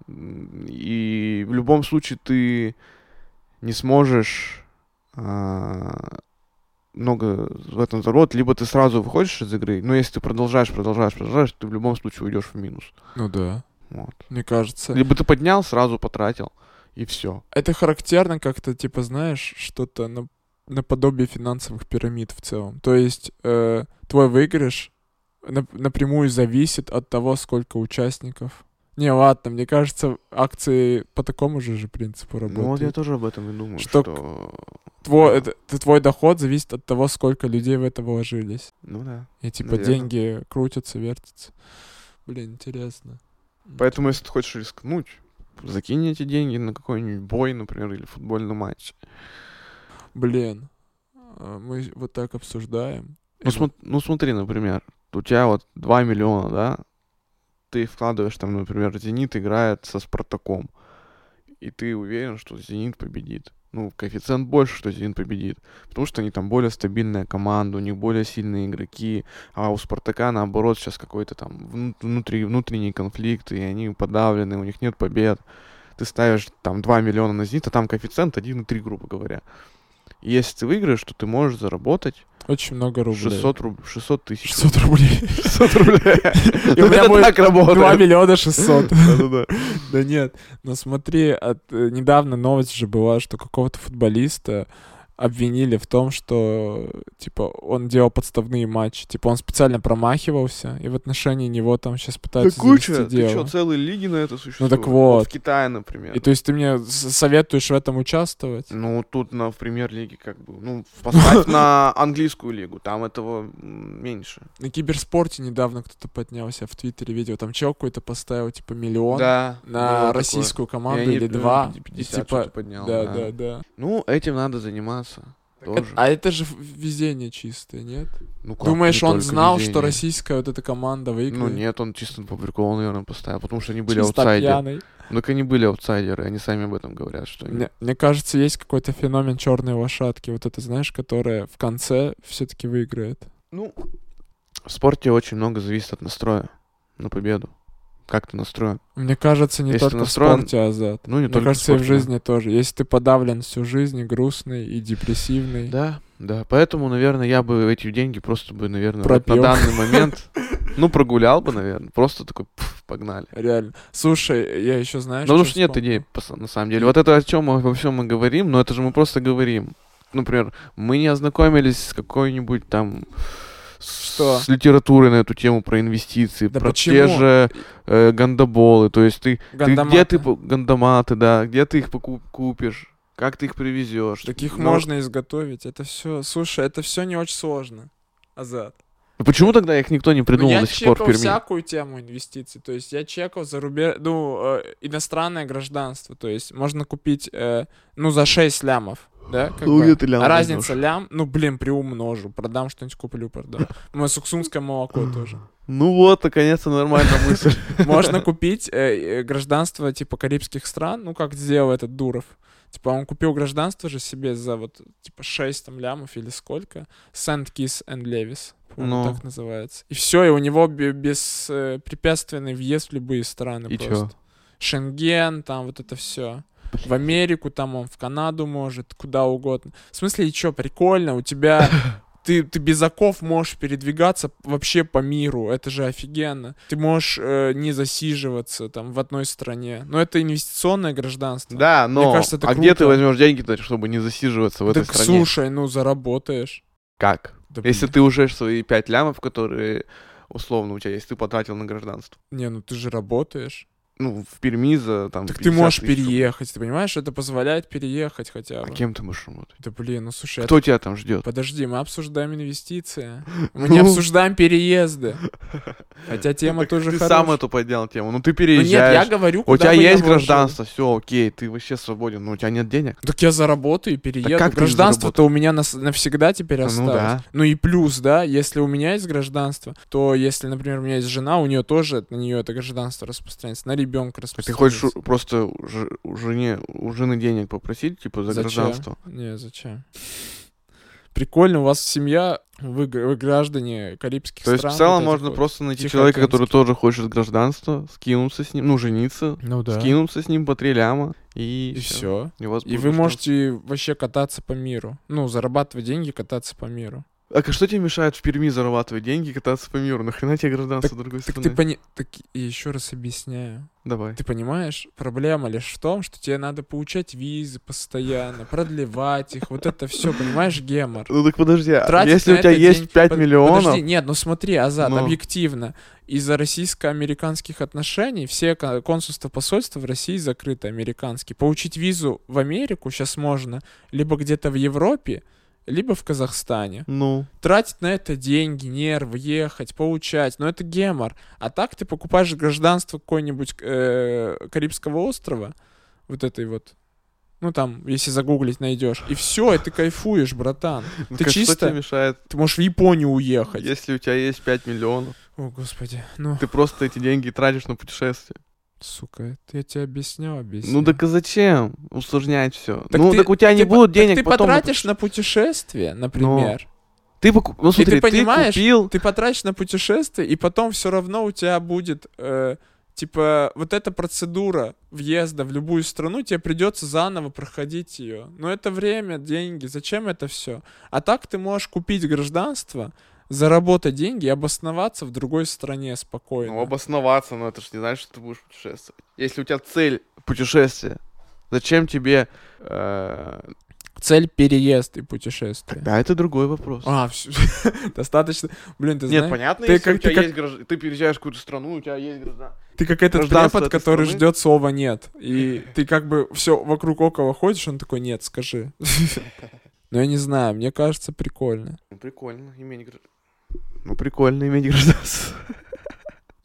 М, И в любом случае ты не сможешь а, много в этом заработать. Либо ты сразу выходишь из игры, но если ты продолжаешь, продолжаешь, продолжаешь, ты в любом случае уйдешь в минус. Ну да. Вот. Мне кажется. Либо ты поднял, сразу потратил, и все. Это характерно как-то, типа, знаешь, что-то на- наподобие финансовых пирамид в целом. То есть э, твой выигрыш нап- напрямую зависит от того, сколько участников. Не, ладно, мне кажется, акции по такому же же принципу Ну вот я работают. тоже об этом и думаю, Что что... к- твой, это- это твой доход зависит от того, сколько людей в это вложились. Ну да. И типа Наверно. деньги крутятся, вертятся. Блин, интересно. Поэтому, если ты хочешь рискнуть, закинь эти деньги на какой-нибудь бой, например, или футбольный матч. Блин, а, мы вот так обсуждаем. Ну, И вот- смо- ну смотри, например, у тебя вот 2 миллиона, да, ты вкладываешь там, например, Зенит играет со Спартаком, и ты уверен, что Зенит победит. Ну, коэффициент больше, что Зенит победит. Потому что они там более стабильная команда, у них более сильные игроки, а у Спартака, наоборот, сейчас какой-то там вну- внутри, внутренний конфликт, и они подавлены, у них нет побед. Ты ставишь там 2 миллиона на Зенит, а там коэффициент 1,3, грубо говоря. И Если ты выиграешь, то ты можешь заработать Очень много рублей. *laughs* 600, руб... 600 тысяч. 600 *laughs* рублей. 600 рублей. И у Ну, меня это будет так работает. 2 миллиона 600. Да-да-да. Да нет, но смотри, от, э, недавно новость же была, что какого-то футболиста обвинили в том, что, типа, он делал подставные матчи. Типа, он специально промахивался, и в отношении него там сейчас Да пытаются куча. завести Ты дело. Ну что, целые лиги на это существуют? Ну, так вот. В Китае, например. И то есть ты мне с- советуешь в этом участвовать? Ну, тут на в премьер-лиге как бы, ну, поставь на английскую лигу, там этого м, меньше. На киберспорте недавно кто-то поднялся, в Твиттере видел, там чел какой-то поставил, типа, миллион Да. на российскую команду или два. И, типа, э, поднял, да, да, да. Ну, этим надо заниматься. Тоже. А это же везение чистое, нет? Ну, как, Думаешь, не он только знал, везение. что российская вот эта команда Ну выиграет? нет, он чисто по приколу, наверное, поставил, потому что они были Чисто аутсайдеры. пьяный. Ну, так они были аутсайдеры, они сами об этом говорят, что они- Мне, мне кажется, есть какой-то феномен черной лошадки. Вот это, знаешь, которая в конце все-таки выиграет. Ну, в спорте очень много зависит от настроя на победу. Как ты настроен? Мне кажется, не Если только настроен- в спорте азарт. Ну, не Мне только кажется, и в спорте, да. жизни тоже. Если ты подавлен всю жизнь, и грустный и депрессивный. Да, да. Поэтому, наверное, я бы эти деньги просто бы, наверное, вот на Пропил. *laughs* данный момент, ну, прогулял бы, наверное. Просто такой, «Пф, погнали. Реально. Слушай, я еще знаешь. Да потому чё что Ну, нет вспомнил? идей, пос- на самом деле. Вот это о чем мы во всем мы говорим, но это же мы просто говорим. Например, мы не ознакомились с какой-нибудь там с- Что? с литературой на эту тему про инвестиции, Да про те почему? же э, гандоболы. То есть ты Ты- где Гандаматы. ты по- гандоматы, да, где ты их покуп- купишь, как ты их привезешь. Таких Ну, можно изготовить. Это все. Слушай, это все не очень сложно. Азат. ну Почему тогда их никто не Ну, придумал я до сих пор в чекал Перми? всякую тему инвестиций. То есть я чекал зарубеж... Ну, э, иностранное гражданство. То есть можно купить, э, ну, за 6 лямов. Да, как Ну, бы. где ты лям А Разница возьмёшь? лям, ну, блин, приумножу. Продам что-нибудь, куплю, *laughs* продам. Мое суксумское молоко тоже. Ну вот, наконец-то нормальная мысль. *laughs* Можно купить э, э, гражданство, типа, карибских стран. Ну, как сделал этот Дуров. Типа, он купил гражданство же себе за вот, типа, 6 там лямов или сколько. Сент Кис and Левис. Ну. так называется. И все, и у него беспрепятственный въезд в любые страны И просто. чё? Шенген, там вот это все. В Америку, там он в Канаду может, куда угодно. В смысле, и чё, прикольно, у *laughs* тебя... Ты, ты без оков можешь передвигаться вообще по миру, это же офигенно. Ты можешь э, не засиживаться там в одной стране. Но это инвестиционное гражданство. Да, но кажется, это а где ты круто. возьмешь деньги-то, чтобы не засиживаться в этой так стране? слушай, ну заработаешь. Как? Да, Если блин. ты уже свои пять лямов, которые условно у тебя есть, ты потратил на гражданство. Не, ну ты же работаешь. Ну, в Перми за там Так ты 50 можешь тысяч рублей. переехать, ты понимаешь? Это позволяет переехать хотя А бы. кем ты можешь работать? Да блин, ну слушай, Кто тебя там ждет? это- подожди, мы обсуждаем инвестиции. *laughs* Мы не Ну. обсуждаем переезды. Хотя тема Так тоже Ты хорошая. сам эту поднял тему. Ну ты Ну нет, я переезжаешь. говорю, У куда тебя бы я есть вложил. гражданство, все, окей, ты вообще свободен, но у тебя нет денег. Так я заработаю и перееду. как ты Гражданство-то у меня нас- навсегда теперь Ну осталось. да. Ну и плюс, да, если у меня есть гражданство, то если, например, у меня есть жена, у нее тоже на нее это гражданство распространяется, на ребенка А Ты распространяется. хочешь у- просто у ж- у жене, у жены денег попросить, типа, за Зачем? гражданство? Не, зачем? Прикольно, у вас семья, вы, г- вы граждане карибских То есть, стран. в целом, вот этих можно вот. просто найти человека, который Тихоокеанских. тоже хочет гражданство, скинуться с ним, ну, жениться, Ну да. скинуться с ним по три ляма, и, И все. И, у вас И будет вы гражданство. можете вообще кататься по миру. Ну, зарабатывать деньги, кататься по миру. А к- что тебе мешает в Перми зарабатывать деньги, кататься по миру? Нахрена тебе гражданство другой Так страны? ты пони... Так еще раз объясняю. Давай. Ты понимаешь, проблема лишь в том, что тебе надо получать визы постоянно, продлевать их, вот это все, понимаешь, гемор. Ну так подожди, а тратить если на у тебя это есть деньги. 5 Под- миллионов, Подожди, нет, ну смотри, Азат, Ну. объективно, из-за российско-американских отношений все ко- консульства, посольства в России закрыты американские. Получить визу в Америку сейчас можно либо где-то в Европе, либо в Казахстане. Ну. Тратить на это деньги, нервы, ехать, получать, но это гемор. А так ты покупаешь гражданство какой-нибудь э, Карибского острова, вот этой вот, ну там, если загуглить, найдешь. И все, и ты кайфуешь, братан. Ну, Ты как, чисто- Что тебе мешает, Ты можешь в Японию уехать. если у тебя есть 5 миллионов, О, господи, ну, ты просто эти деньги тратишь на путешествие. сука, это я тебе объяснял, объяснял. Ну так а зачем усложнять все? Так ну ты- так у тебя не ты по- будет так денег ты потом. потратишь на путешествие, например. Ты поку- Ну смотри, ты, понимаешь, купил... Ты потратишь на путешествие, и потом все равно у тебя будет, э, типа, вот эта процедура въезда в любую страну, тебе придется заново проходить ее. Но это время, деньги, зачем это все? А так ты можешь купить гражданство, заработать деньги и обосноваться в другой стране спокойно. Ну, обосноваться, но это же не значит, что ты будешь путешествовать. Если у тебя цель путешествия, зачем тебе... э, Цель переезд и путешествие. Да, это другой вопрос. А, всё. *laughs* достаточно. Блин, ты Нет, знаешь, понятно, ты если как- у тебя ты как- есть гражд- ты переезжаешь в какую-то страну, у тебя есть гражданство. ты как этот гражданство препод, этой который страны? ждет слова «нет». И ты как бы все вокруг около ходишь, он такой «нет, *laughs* скажи». Но я не знаю, мне кажется, прикольно. Ну, прикольно, иметь гражданство. Ну, прикольно иметь гражданство.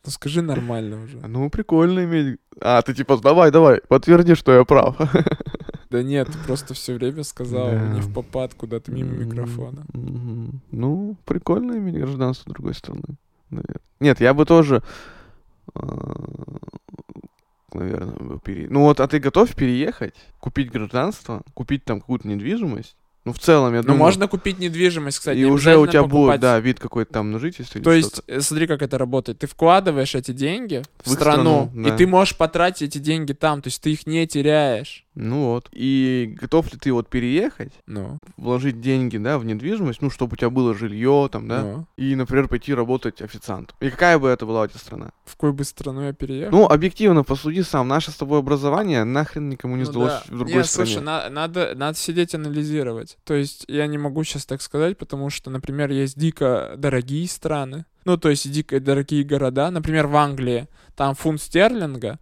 Ну скажи нормально уже. *laughs* Ну, прикольно иметь... А, ты типа, давай, давай, подтверди, что я прав. Да нет, ты просто все время сказал Да. не в попад куда-то мимо микрофона. Мгм. Ну, прикольно иметь гражданство другой страны, наверное. Нет, я бы тоже, э, наверное, бы пере... Ну вот, а ты готов переехать, купить гражданство, купить там какую-то недвижимость? Ну, в целом, я Ну думаю... можно купить недвижимость, кстати. и не уже у обязательно тебя будет, покупать. да, вид какой-то там на жительство. или То есть, что-то. э, смотри, как это работает. Ты вкладываешь эти деньги в, В их страну, страну, да. и ты можешь потратить эти деньги там, то есть ты их не теряешь. Ну вот. И готов ли ты вот переехать, Ну, вложить деньги, да, в недвижимость, ну, чтобы у тебя было жилье там, да, ну. и, например, пойти работать официантом. И какая бы это была у тебя страна? В какую бы страну я переехал? Ну, объективно, посуди сам, наше с тобой образование нахрен никому не Ну сдалось да. в другой Не, стране. Слушай, на- надо, надо сидеть анализировать. То есть я не могу сейчас так сказать, потому что, например, есть дико дорогие страны. Ну, то есть дико дорогие города. Например, в Англии там фунт стерлинга,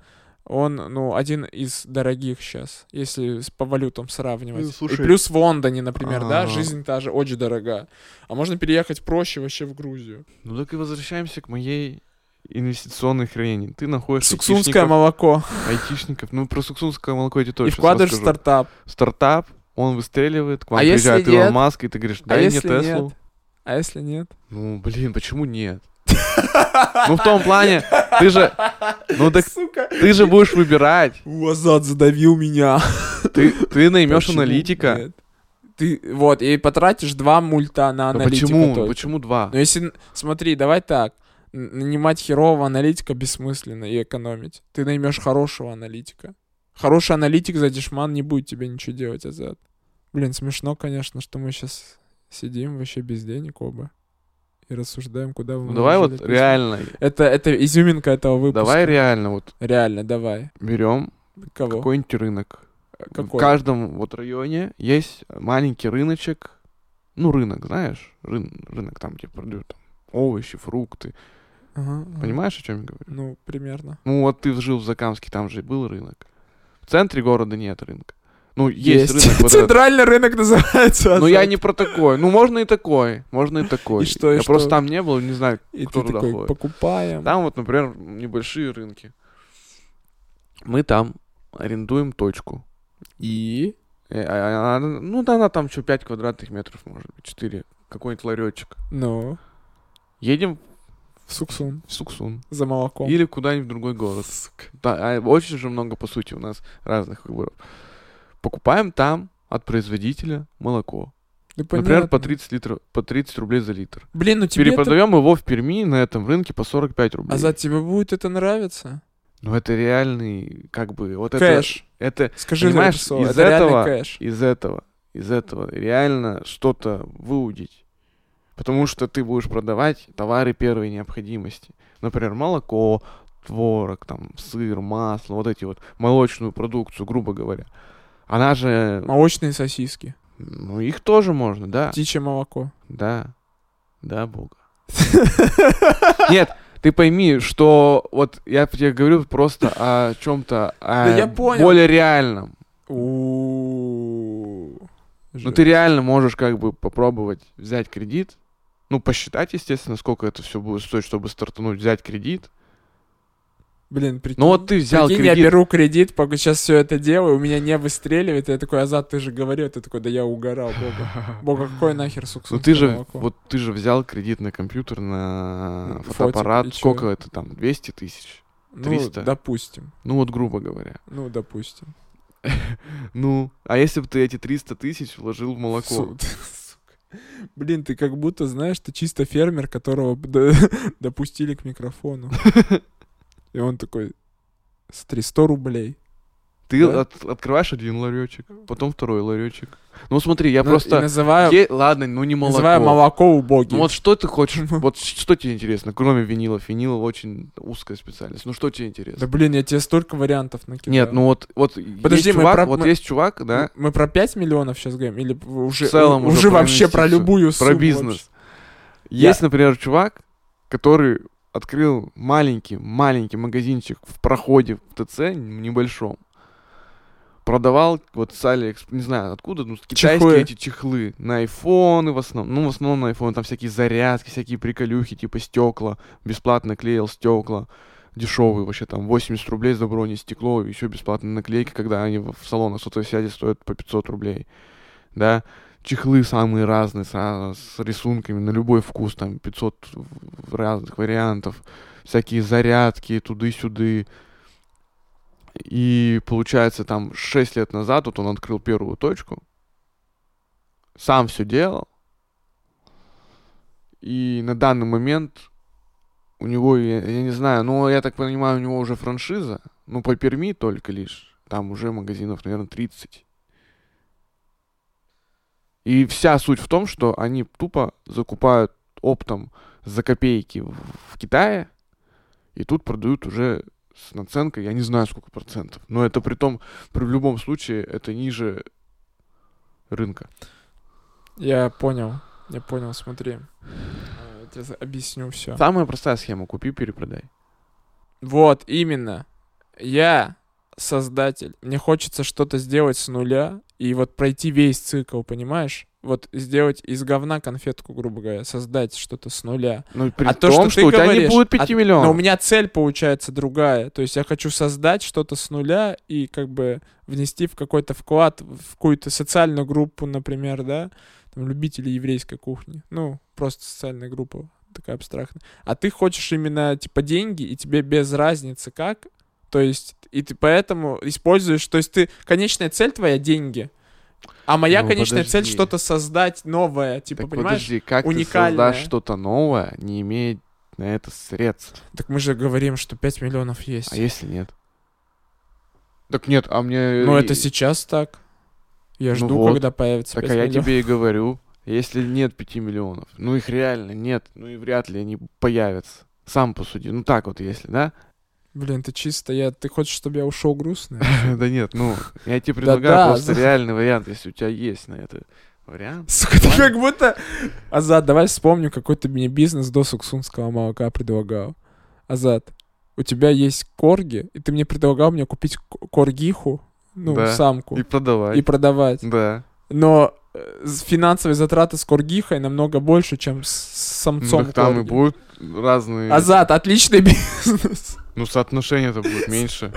он, ну, один из дорогих сейчас, если с- по валютам сравнивать. Ну, слушай. И плюс в Лондоне, например, да, А. жизнь та же очень дорога. А можно переехать проще вообще в Грузию. Ну так и возвращаемся к моей инвестиционной хрени. Ты находишь Суксунское айтишников, молоко. айтишников. Ну, про суксунское молоко я тебе И точно вкладываешь в расскажу. стартап. Стартап, он выстреливает, к вам А если приезжает Илон нет? Маск, и ты говоришь, а дай мне если Теслу. нет? А если нет? Ну, блин, почему нет? Ну, в том плане, ты же... Ну, так Сука, ты же будешь выбирать. у Азат задавил меня. Ты, *laughs* ты наймешь Почему аналитика. нет? Ты вот, и потратишь два мульта на Ну, аналитика. почему? только. Почему два? Ну если, смотри, давай так. Н- Нанимать херового аналитика бессмысленно и экономить. Ты наймешь хорошего аналитика. Хороший аналитик за дешман не будет тебе ничего делать, Азат. Блин, смешно, конечно, что мы сейчас сидим вообще без денег оба и рассуждаем, куда вы Ну, давай вот вложили письма. реально. Это, это изюминка этого выпуска. Давай реально вот Реально, давай. берем Кого? какой-нибудь рынок. В Какой? каждом вот районе есть маленький рыночек. Ну, рынок, знаешь? Рын- рынок там, где продают там овощи, фрукты. Ага, ага. Понимаешь, о чем я говорю? Ну, примерно. Ну, вот ты жил в Закамске, там же и был рынок. В центре города нет рынка. Ну, есть, рынок вот этот. Центральный рынок называется. Ну, я не про такой. Ну, можно и такой. Можно и такой. И что, и я что? просто там не был, не знаю. И ты кто туда такой, ходит? покупаем. Там вот, например, небольшие рынки. Мы там арендуем точку. И? Э, а- а- она- Ну да, она там что, 5 квадратных метров, может быть, 4. Какой-нибудь ларечек. Ну, Едем в Суксун. в Суксун. За молоком. Ну, Или куда-нибудь в другой город. Да, а очень же много, по сути, у нас разных выборов. Покупаем там от производителя молоко. Да Например, по понятно. 30, литров, по 30 рублей за литр. Блин, ну тебе это... Перепродаем его в Перми на этом рынке по 45 рублей. А за тебе будет это нравиться? Ну это реальный, как бы, вот Кэш. это... Это Скажи, понимаешь, это слово, из это реальный этого- кэш. из этого, из этого реально что-то выудить. Потому что ты будешь продавать товары первой необходимости. Например, молоко, творог, там, сыр, масло, вот эти вот молочную продукцию, грубо говоря. Она же... Молочные сосиски. Ну, их тоже можно, да. Птичье молоко. Да. Да, бога. Нет, ты пойми, что вот я тебе говорю просто о чем-то я понял. более реальном. *laughs* У-у-у. Но Ну, ты реально можешь как бы попробовать взять кредит, ну, посчитать, естественно, сколько это все будет стоить, чтобы стартануть, взять кредит. Блин, прикинь. Ну, вот ты взял Прикинь, кредит. я беру кредит, пока сейчас все это делаю, у меня не выстреливает, я такой, Азат, ты же говорил, ты такой, да я угорал, бога. *laughs* Бога, какой нахер суксус Ну ты же, молоко? вот ты же взял кредит на компьютер, на Ну, фотик и фотоаппарат. чё? Сколько это там? 200 тысяч? Ну, 300. допустим, Ну вот грубо говоря. ну, допустим. Ну, а если бы ты эти 300 тысяч вложил в молоко? Су- *laughs* сука. Блин, ты как будто, знаешь, ты чисто фермер, которого д- *laughs* допустили к микрофону. И он такой, смотри, 100 рублей. Ты Да. от- открываешь один ларечек, потом второй ларечек. Ну смотри, я Ну, и просто... называю, Е- Ладно, ну не молоко. называю молоко убогим. Ну вот что *laughs* ты хочешь? Ну. Вот что тебе интересно, кроме винила? Винил очень узкая специальность. Ну что тебе Да интересно? блин, я тебе столько вариантов накидал. Нет, ну вот, вот Подожди, есть мы чувак, про- вот мы- есть чувак, да, Мы про 5 миллионов сейчас говорим? Или уже, В целом уже, уже про вообще про инвестицию, любую сумму? про бизнес. вообще? Есть, например, чувак, который открыл маленький, маленький магазинчик в проходе в ТЦ н- небольшом. Продавал вот с Алиэкспресс, не знаю откуда, ну, с- китайские Чехлы. эти чехлы на айфоны в основном, ну, в основном на айфоны, там всякие зарядки, всякие приколюхи, типа стекла, бесплатно клеил стекла, дешевые вообще, там, 80 рублей за брони стекло, еще бесплатные наклейки, когда они в в салонах сотовой связи стоят по 500 рублей, да, чехлы самые разные, с, а, с рисунками на любой вкус, там 500 в- в разных вариантов, всякие зарядки туды-сюды. И получается, там 6 лет назад вот он открыл первую точку, сам все делал, и на данный момент у него, я, я не знаю, но я так понимаю, у него уже франшиза, ну по Перми только лишь, там уже магазинов, наверное, 30. И вся суть в том, что они тупо закупают оптом за копейки в, в Китае, и тут продают уже с наценкой, я не знаю сколько процентов, но это при том, при в любом случае, это ниже рынка. Я понял, я понял, смотри. Э, Я тебе за- объясню все. Самая простая схема, купи, перепродай. Вот, именно. Я создатель. Мне хочется что-то сделать с нуля и вот пройти весь цикл, понимаешь? Вот сделать из говна конфетку, грубо говоря, создать что-то с нуля. Ну, при А то, что том, что, ты у тебя не говоришь, будет а- 5 Но у миллионов. меня цель получается другая. То есть я хочу создать что-то с нуля и как бы внести в какой-то вклад, в какую-то социальную группу, например, да, там любители еврейской кухни. Ну, просто социальная группа такая абстрактная. А ты хочешь именно типа деньги, и тебе без разницы как. То есть, и ты поэтому используешь, то есть ты, конечная цель твоя деньги, а моя Ну, конечная цель подожди. что-то создать новое, типа, Так понимаешь? подожди, как ты уникальное. создашь что-то новое, не имея на это средств? Так мы же говорим, что 5 миллионов есть. А если нет? Так нет, а мне... Ну, и- это сейчас так. Я Ну жду, вот. когда появится Так 5 а я миллионов. тебе и говорю, если нет 5 миллионов, ну их реально нет, ну и вряд ли они появятся. Сам посуди, ну так вот если, да? Блин, ты чисто, я... ты хочешь, чтобы я ушел *laughs* грустный? *laughs* Да нет, ну, я тебе Да-да, предлагаю просто за- реальный вариант, если у тебя есть на это вариант. Сука, ты Ладно. как будто... Азат, давай вспомню, какой ты мне бизнес до суксунского молока предлагал. Азат, у тебя есть корги, и ты мне предлагал мне купить к- коргиху, ну, Да. самку, И и, продавай. продавать. Да. Но э, с- финансовые затраты с коргихой намного больше, чем с, с Ну, самцом так там и корги. будут разные... Азат, отличный бизнес. Ну, соотношение-то будет *laughs* меньше.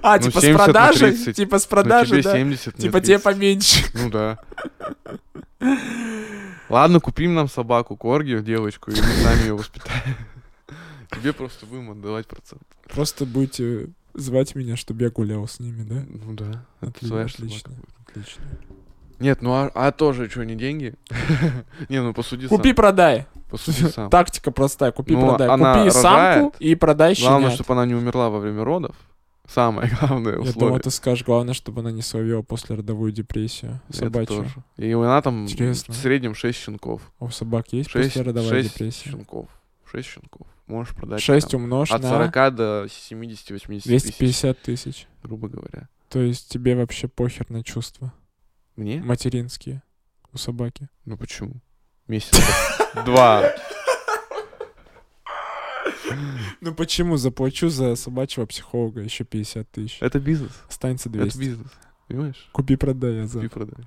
А, Ну, типа с 70 на продажи? 30. Типа с Ну, продажи, тебе да? 70, мне Типа тебе 30. поменьше. Ну да. Ладно, купим нам собаку, корги, девочку, и мы сами ее воспитаем. *laughs* Тебе просто будем отдавать процент. Просто будете звать меня, чтобы я гулял с ними, да? Ну да. это Отли- твоя Э? отлично. собака будет. Отлично. Нет, ну а, а тоже что, не *laughs* деньги? Не, ну посуди сам. Купи-продай. Посуди сам. Тактика простая. Купи-продай. Ну, она Купи самку рожает. и продай Главное, щенят. чтобы она не умерла во время родов. Самое *laughs* главное Я думал, условие. ты скажешь, главное, чтобы она не словила послеродовую депрессию Это собачью. тоже. И она там Интересно. в среднем 6 щенков. А у собак есть 6, послеродовая депрессия? щенков. 6 щенков. Можешь продать 6 там умножь от на 40 до 70-80 тысяч, 250 тысяч. грубо говоря. То есть тебе вообще похер на чувства Мне? материнские у собаки. Ну почему? Месяц. *laughs* Два. Ну почему? Заплачу за собачьего психолога еще 50 тысяч. Это бизнес. Останется Это 200. бизнес. Понимаешь? Ну, Купи-продай, я за. Купи, продай.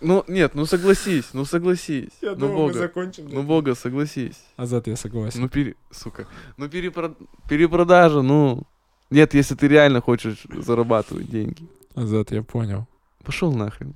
Ну, нет, ну согласись, ну согласись. Я ну, думал, мы бога. закончим. Ну, бога, согласись. Азат, А я согласен. Ну, пере... сука. Ну, перепро- перепродажа, ну... Нет, если ты реально хочешь зарабатывать деньги. Азат, А я понял. Пошел нахрен.